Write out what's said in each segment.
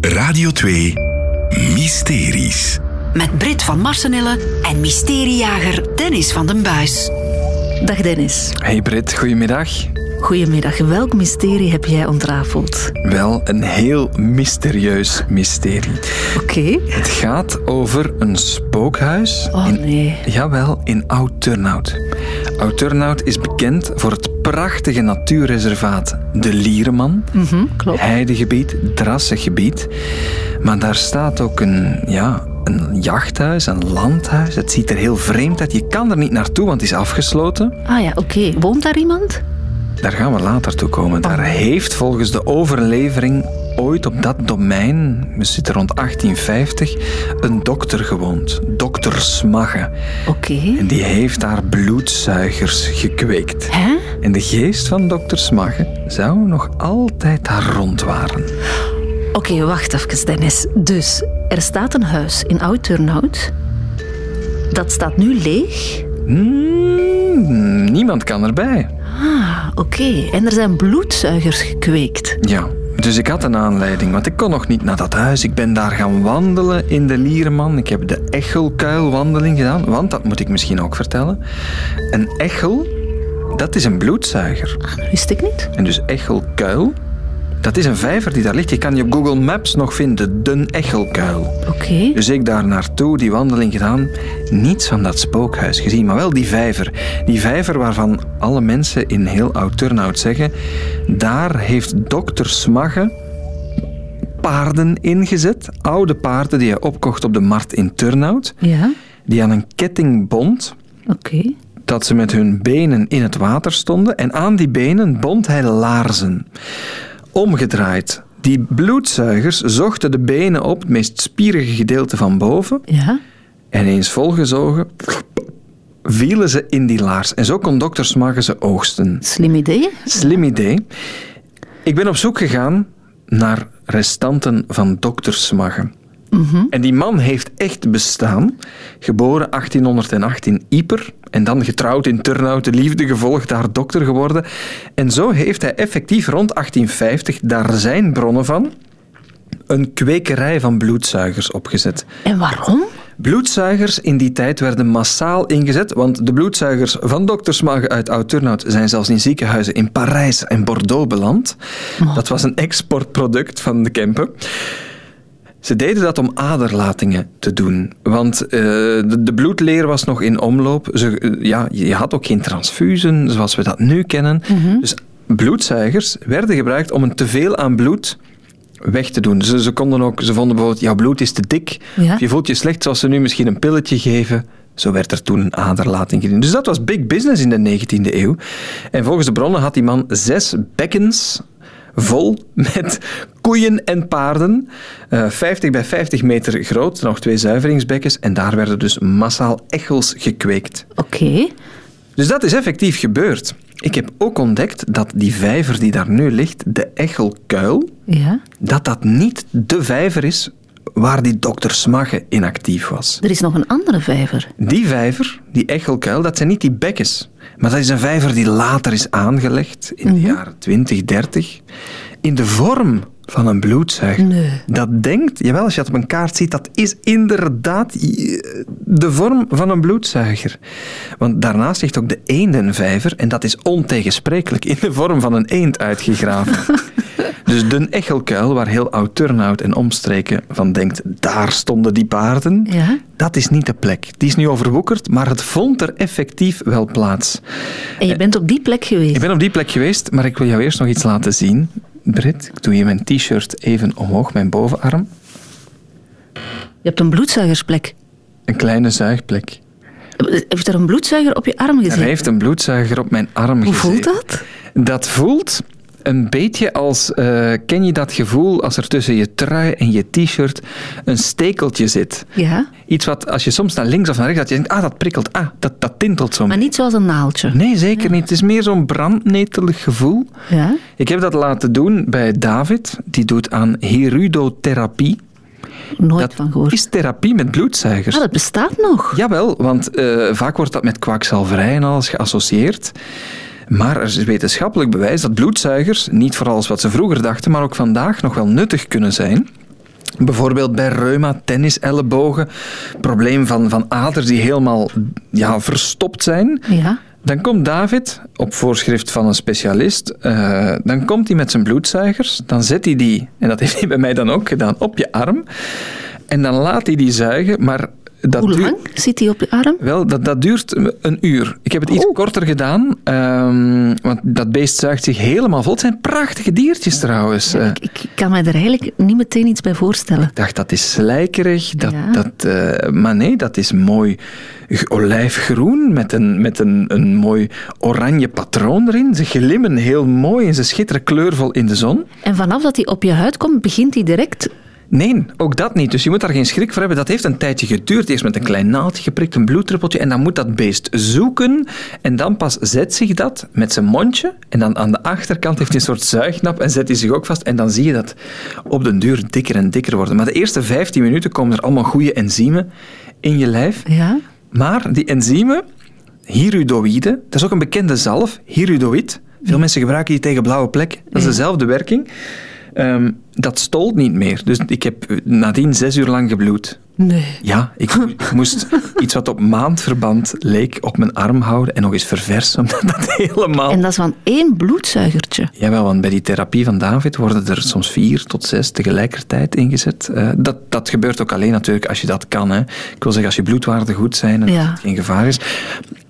Radio 2 Mysteries. Met Brit van Marsenille en mysteriejager Dennis van den Buis. Dag Dennis. Hey Britt, goedemiddag. Goedemiddag. Welk mysterie heb jij ontrafeld? Wel, een heel mysterieus mysterie. Oké. Het gaat over een spookhuis. Oh in, nee. Jawel, in Oud-Turnhout. Oud-Turnhout is bekend voor het prachtige natuurreservaat De Lierenman. Mhm, Klopt. Heidegebied, drassig gebied. Maar daar staat ook een, ja, een jachthuis, een landhuis. Het ziet er heel vreemd uit. Je kan er niet naartoe, want het is afgesloten. Ah ja, oké. Woont daar iemand? Daar gaan we later toe komen. Daar heeft volgens de overlevering ooit op dat domein, we zitten rond 1850, een dokter gewoond. Dokter Smagge. Oké. En die heeft daar bloedzuigers gekweekt. Hè? En de geest van dokter Smagge zou nog altijd daar rond waren. Oké, wacht even Dennis. Dus, er staat een huis in Oud-Turnhout. Dat staat nu leeg. Hmm, niemand kan erbij. Ah, oké. En er zijn bloedzuigers gekweekt. Ja, dus ik had een aanleiding, want ik kon nog niet naar dat huis. Ik ben daar gaan wandelen in de Lierenman. Ik heb de Echelkuilwandeling gedaan, want dat moet ik misschien ook vertellen. Een Echel, dat is een bloedzuiger. Wist ik niet. En dus Echelkuil, dat is een vijver die daar ligt. Je kan je op Google Maps nog vinden, de Echelkuil. Oké. Dus ik daar naartoe, die wandeling gedaan, niets van dat spookhuis gezien, maar wel die vijver. Die vijver waarvan alle mensen in heel Oud-Turnhout zeggen, daar heeft dokter Smagge paarden ingezet, oude paarden die hij opkocht op de markt in Turnhout, Ja, die aan een ketting bond, oké. dat ze met hun benen in het water stonden en aan die benen bond hij laarzen. Omgedraaid. Die bloedzuigers zochten de benen op, het meest spierige gedeelte van boven, Ja. en eens volgezogen vielen ze in die laars. En zo kon dokter Smagge ze oogsten. Slim idee. Slim idee. Ik ben op zoek gegaan naar restanten van dokter Smagge. En die man heeft echt bestaan. Geboren 1808 in Ieper. En dan getrouwd in Turnhout, de liefde gevolgd, daar dokter geworden. En zo heeft hij effectief rond 1850, daar zijn bronnen van, een kwekerij van bloedzuigers opgezet. En waarom? Bloedzuigers in die tijd werden massaal ingezet, want de bloedzuigers van doktersmagen uit Oud-Turnhout zijn zelfs in ziekenhuizen in Parijs en Bordeaux beland. Dat was een exportproduct van de Kempen. Ze deden dat om aderlatingen te doen, want eh, de, de bloedleer was nog in omloop. Ze, eh, ja, je had ook geen transfusen zoals we dat nu kennen. Dus bloedzuigers werden gebruikt om een teveel aan bloed weg te doen. Ze, ze, konden ook, ze vonden bijvoorbeeld, jouw bloed is te dik, Ja. of je voelt je slecht zoals ze nu misschien een pilletje geven. Zo werd er toen een aderlating gedaan. Dus dat was big business in de 19e eeuw. En volgens de bronnen had die man zes bekkens vol met koeien en paarden. eh, 50 bij 50 meter groot, nog twee zuiveringsbekkens. En daar werden dus massaal echels gekweekt. Oké. Dus dat is effectief gebeurd. Ik heb ook ontdekt dat die vijver die daar nu ligt, de Echelkuil, Ja. dat dat niet de vijver is waar die dokter Smagge in actief was. Er is nog een andere vijver. Die vijver, die Echelkuil, dat zijn niet die bekkens. Maar dat is een vijver die later is aangelegd, in de jaren 20, 30, in de vorm van een bloedzuiger. Nee. Dat denkt, jawel, als je dat op een kaart ziet, dat is inderdaad eh, de vorm van een bloedzuiger. Want daarnaast ligt ook de eendenvijver, en dat is ontegensprekelijk in de vorm van een eend uitgegraven. dus de Echelkuil, waar heel Oud-Turnhout en omstreken van denkt, daar stonden die paarden. Ja. Dat is niet de plek. Die is nu overwoekerd, maar het vond er effectief wel plaats. En je bent op die plek geweest. Eh. Ik ben op die plek geweest, maar ik wil jou eerst nog iets laten zien. Britt, ik doe hier mijn t-shirt even omhoog, mijn bovenarm. Je hebt een bloedzuigersplek. Een kleine zuigplek. Heeft er een bloedzuiger op je arm Er gezeten? heeft een bloedzuiger op mijn arm Hoe gezeten. voelt dat? Dat voelt een beetje als, eh, ken je dat gevoel als er tussen je trui en je t-shirt een stekeltje zit? Ja. Iets wat, als je soms naar links of naar rechts gaat, je denkt, ah, dat prikkelt, ah, dat, dat tintelt zo. Maar niet zoals een naaltje. Nee, zeker niet. Het is meer zo'n brandnetelig gevoel. Ja. Ik heb dat laten doen bij David. Die doet aan herudotherapie. Nooit dat van gehoord. is therapie met bloedzuigers. Ah, dat bestaat nog. Jawel, want eh, vaak wordt dat met kwakzalverij en alles geassocieerd. Maar er is wetenschappelijk bewijs dat bloedzuigers, niet voor alles wat ze vroeger dachten, maar ook vandaag nog wel nuttig kunnen zijn. Bijvoorbeeld bij reuma, tennisellebogen, probleem van, van aders die helemaal ja, verstopt zijn. Ja. Dan komt David, op voorschrift van een specialist, eh, dan komt hij met zijn bloedzuigers. Dan zet hij die, en dat heeft hij bij mij dan ook gedaan, op je arm. En dan laat hij die zuigen, maar dat Hoe duurt... lang zit hij op je arm? Wel, dat, dat duurt een uur. Ik heb het iets korter gedaan, ehm, want dat beest zuigt zich helemaal vol. Het zijn prachtige diertjes trouwens. Eh, Ik, ik kan mij er eigenlijk niet meteen iets bij voorstellen. ik dacht, dat is slijkerig. Dat, Ja. dat, eh, maar nee, dat is mooi g- olijfgroen met, een, met een, een mooi oranje patroon erin. Ze glimmen heel mooi en ze schitteren kleurvol in de zon. En vanaf dat hij op je huid komt, begint hij direct... Nee, ook dat niet. Dus je moet daar geen schrik voor hebben. Dat heeft een tijdje geduurd. Eerst met een klein naaldje geprikt, een bloeddruppeltje. En dan moet dat beest zoeken. En dan pas zet zich dat met zijn mondje. En dan aan de achterkant heeft hij een soort zuignap. En zet hij zich ook vast. En dan zie je dat op den duur dikker en dikker worden. Maar de eerste 15 minuten komen er allemaal goede enzymen in je lijf. Ja. Maar die enzymen, hirudoïde, dat is ook een bekende zalf, hirudoïd. Veel mensen gebruiken die tegen blauwe plekken. Dat is dezelfde werking. Ehm, dat stolt niet meer. Dus ik heb eh, nadien zes uur lang gebloed. Nee. Ja, ik, mo- ik moest iets wat op maandverband leek op mijn arm houden en nog eens verversen, omdat dat helemaal... En dat is van één bloedzuigertje. Jawel, want bij die therapie van David worden er soms vier tot zes tegelijkertijd ingezet. Eh, dat, dat gebeurt ook alleen natuurlijk als je dat kan. Hè. Ik wil zeggen, als je bloedwaarden goed zijn en Ja. dat het geen gevaar is.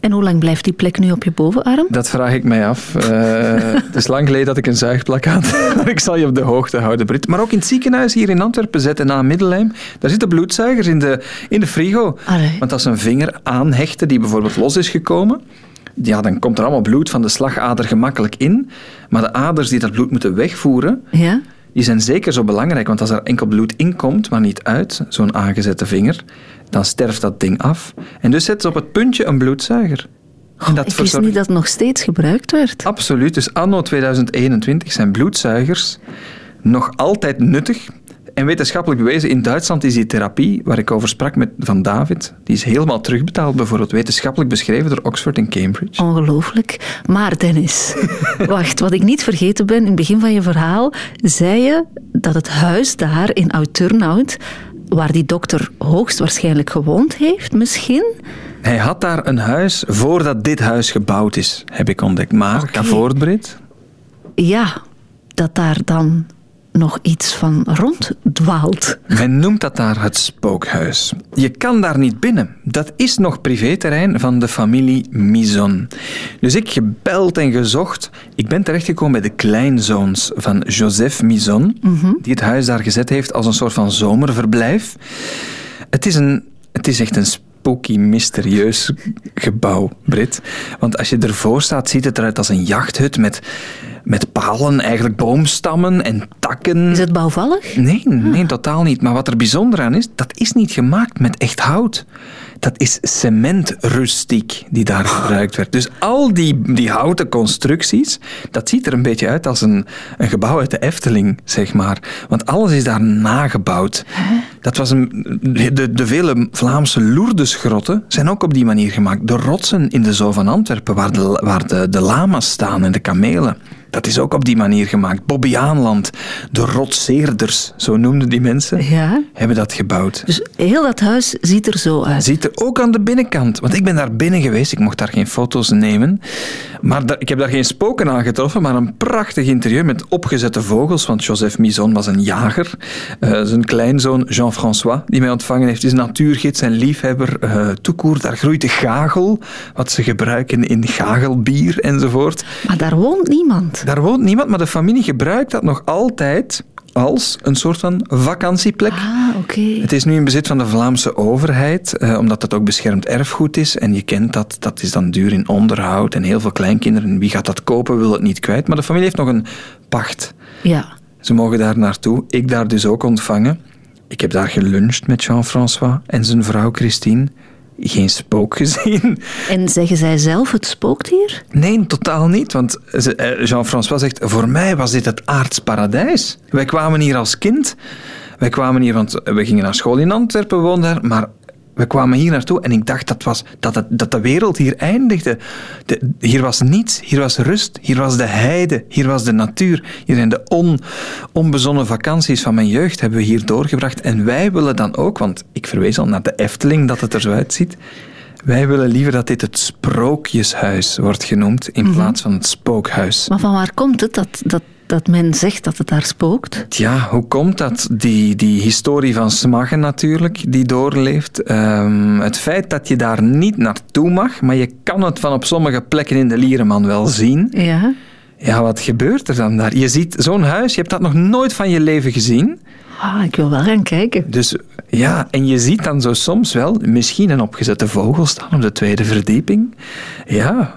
En hoe lang blijft die plek nu op je bovenarm? Dat vraag ik mij af. Eh, het is lang geleden dat ik een zuigplak had. Maar ik zal je op de hoogte houden, Brit. Maar ook in het ziekenhuis hier in Antwerpen, zetten na Middelheim, daar zitten bloedzuigers in de, in de frigo. Allee. Want als ze een vinger aanhechten die bijvoorbeeld los is gekomen, ja, dan komt er allemaal bloed van de slagader gemakkelijk in. Maar de aders die dat bloed moeten wegvoeren, Ja. die zijn zeker zo belangrijk. Want als er enkel bloed inkomt, maar niet uit, zo'n aangezette vinger, dan sterft dat ding af. En dus zetten ze op het puntje een bloedzuiger. En dat Oh, ik wist verzorgt- niet dat het nog steeds gebruikt werd. Absoluut. Dus anno 2021 zijn bloedzuigers nog altijd nuttig. En wetenschappelijk bewezen, in Duitsland is die therapie waar ik over sprak met Van David, die is helemaal terugbetaald, bijvoorbeeld wetenschappelijk beschreven door Oxford en Cambridge. Oh. Ongelooflijk. Maar Dennis, wacht, wat ik niet vergeten ben, in het begin van je verhaal zei je dat het huis daar in Oud-Turnhout, waar die dokter hoogstwaarschijnlijk gewoond heeft, misschien, Hij had daar een huis voordat dit huis gebouwd is, heb ik ontdekt. Maar, ga voort, Brit. ja, dat daar dan nog iets van ronddwaalt. Men noemt dat daar het spookhuis. Je kan daar niet binnen. Dat is nog privéterrein van de familie Mison. Dus ik gebeld en gezocht. Ik ben terechtgekomen bij de kleinzoons van Joseph Mison, Mhm. die het huis daar gezet heeft als een soort van zomerverblijf. Het is, een, het is echt een spooky, mysterieus gebouw, Brit. Want als je ervoor staat, ziet het eruit als een jachthut met, met palen, eigenlijk boomstammen en takken. Is het bouwvallig? Nee, nee, totaal niet. Maar wat er bijzonder aan is, dat is niet gemaakt met echt hout. Dat is cementrustiek die daar gebruikt werd. Dus al die, die houten constructies, dat ziet er een beetje uit als een, een gebouw uit de Efteling, zeg maar. Want alles is daar nagebouwd. Dat was een, de, de vele Vlaamse Lourdesgrotten zijn ook op die manier gemaakt. De rotsen in de Zoo van Antwerpen, waar de, waar de, de lama's staan en de kamelen. Dat is ook op die manier gemaakt. Bobbejaanland, de rotseerders, zo noemden die mensen, Ja. hebben dat gebouwd. Dus heel dat huis ziet er zo uit. Ziet er ook aan de binnenkant, want ik ben daar binnen geweest, ik mocht daar geen foto's nemen. Maar da- ik heb daar geen spoken aangetroffen, maar een prachtig interieur met opgezette vogels, want Joseph Mison was een jager. Eh, zijn kleinzoon Jean-François, die mij ontvangen heeft, is natuurgids en liefhebber. eh toekoer, daar groeit de gagel, wat ze gebruiken in gagelbier enzovoort. Maar daar woont niemand. Daar woont niemand, maar de familie gebruikt dat nog altijd als een soort van vakantieplek. Ah, oké. Het is nu in bezit van de Vlaamse overheid, eh, omdat dat ook beschermd erfgoed is. En je kent dat, dat is dan duur in onderhoud en heel veel kleinkinderen. Wie gaat dat kopen, wil het niet kwijt. Maar de familie heeft nog een pacht. Ja. Ze mogen daar naartoe, ik daar dus ook ontvangen. Ik heb daar geluncht met Jean-François en zijn vrouw Christine. Geen spook gezien. En zeggen zij zelf, het spookt hier? Nee, totaal niet. Want ze- eh, Jean-François zegt, voor mij was dit het aards paradijs. Wij kwamen hier als kind. Wij kwamen hier, want we gingen naar school in Antwerpen, woonden daar. Maar we kwamen hier naartoe en ik dacht dat, was, dat, het, dat de wereld hier eindigde. De, hier was niets, hier was rust, hier was de heide, hier was de natuur. Hier zijn de on, onbezonnen vakanties van mijn jeugd hebben we hier doorgebracht. En wij willen dan ook, want ik verwees al naar de Efteling dat het er zo uitziet. Wij willen liever dat dit het sprookjeshuis wordt genoemd in plaats van het spookhuis. Maar van waar komt het dat, dat, dat men zegt dat het daar spookt? Ja, hoe komt dat? Die, die historie van Smaggen natuurlijk, die doorleeft. Ehm, het feit dat je daar niet naartoe mag, maar je kan het van op sommige plekken in de Lierenman wel zien. Ja. Ja, wat gebeurt er dan daar? Je ziet zo'n huis, je hebt dat nog nooit van je leven gezien. Ah, ik wil wel gaan kijken. Dus ja, en je ziet dan zo soms wel misschien een opgezette vogel staan op de tweede verdieping. Ja,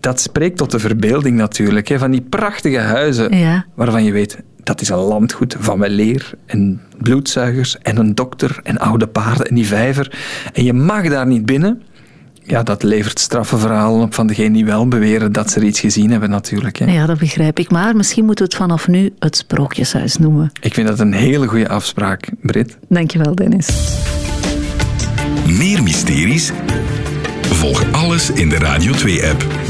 dat spreekt tot de verbeelding natuurlijk. Hè, van die prachtige huizen Ja. waarvan je weet, dat is een landgoed van wel leer en bloedzuigers en een dokter en oude paarden en die vijver. En je mag daar niet binnen. Ja, dat levert straffe verhalen op van degenen die wel beweren dat ze er iets gezien hebben natuurlijk. Hè. Ja, dat begrijp ik. Maar misschien moeten we het vanaf nu het Sprookjeshuis noemen. Ik vind dat een hele goede afspraak, Brit. Dankjewel, Dennis. Meer mysteries? Volg alles in de Radio 2-app.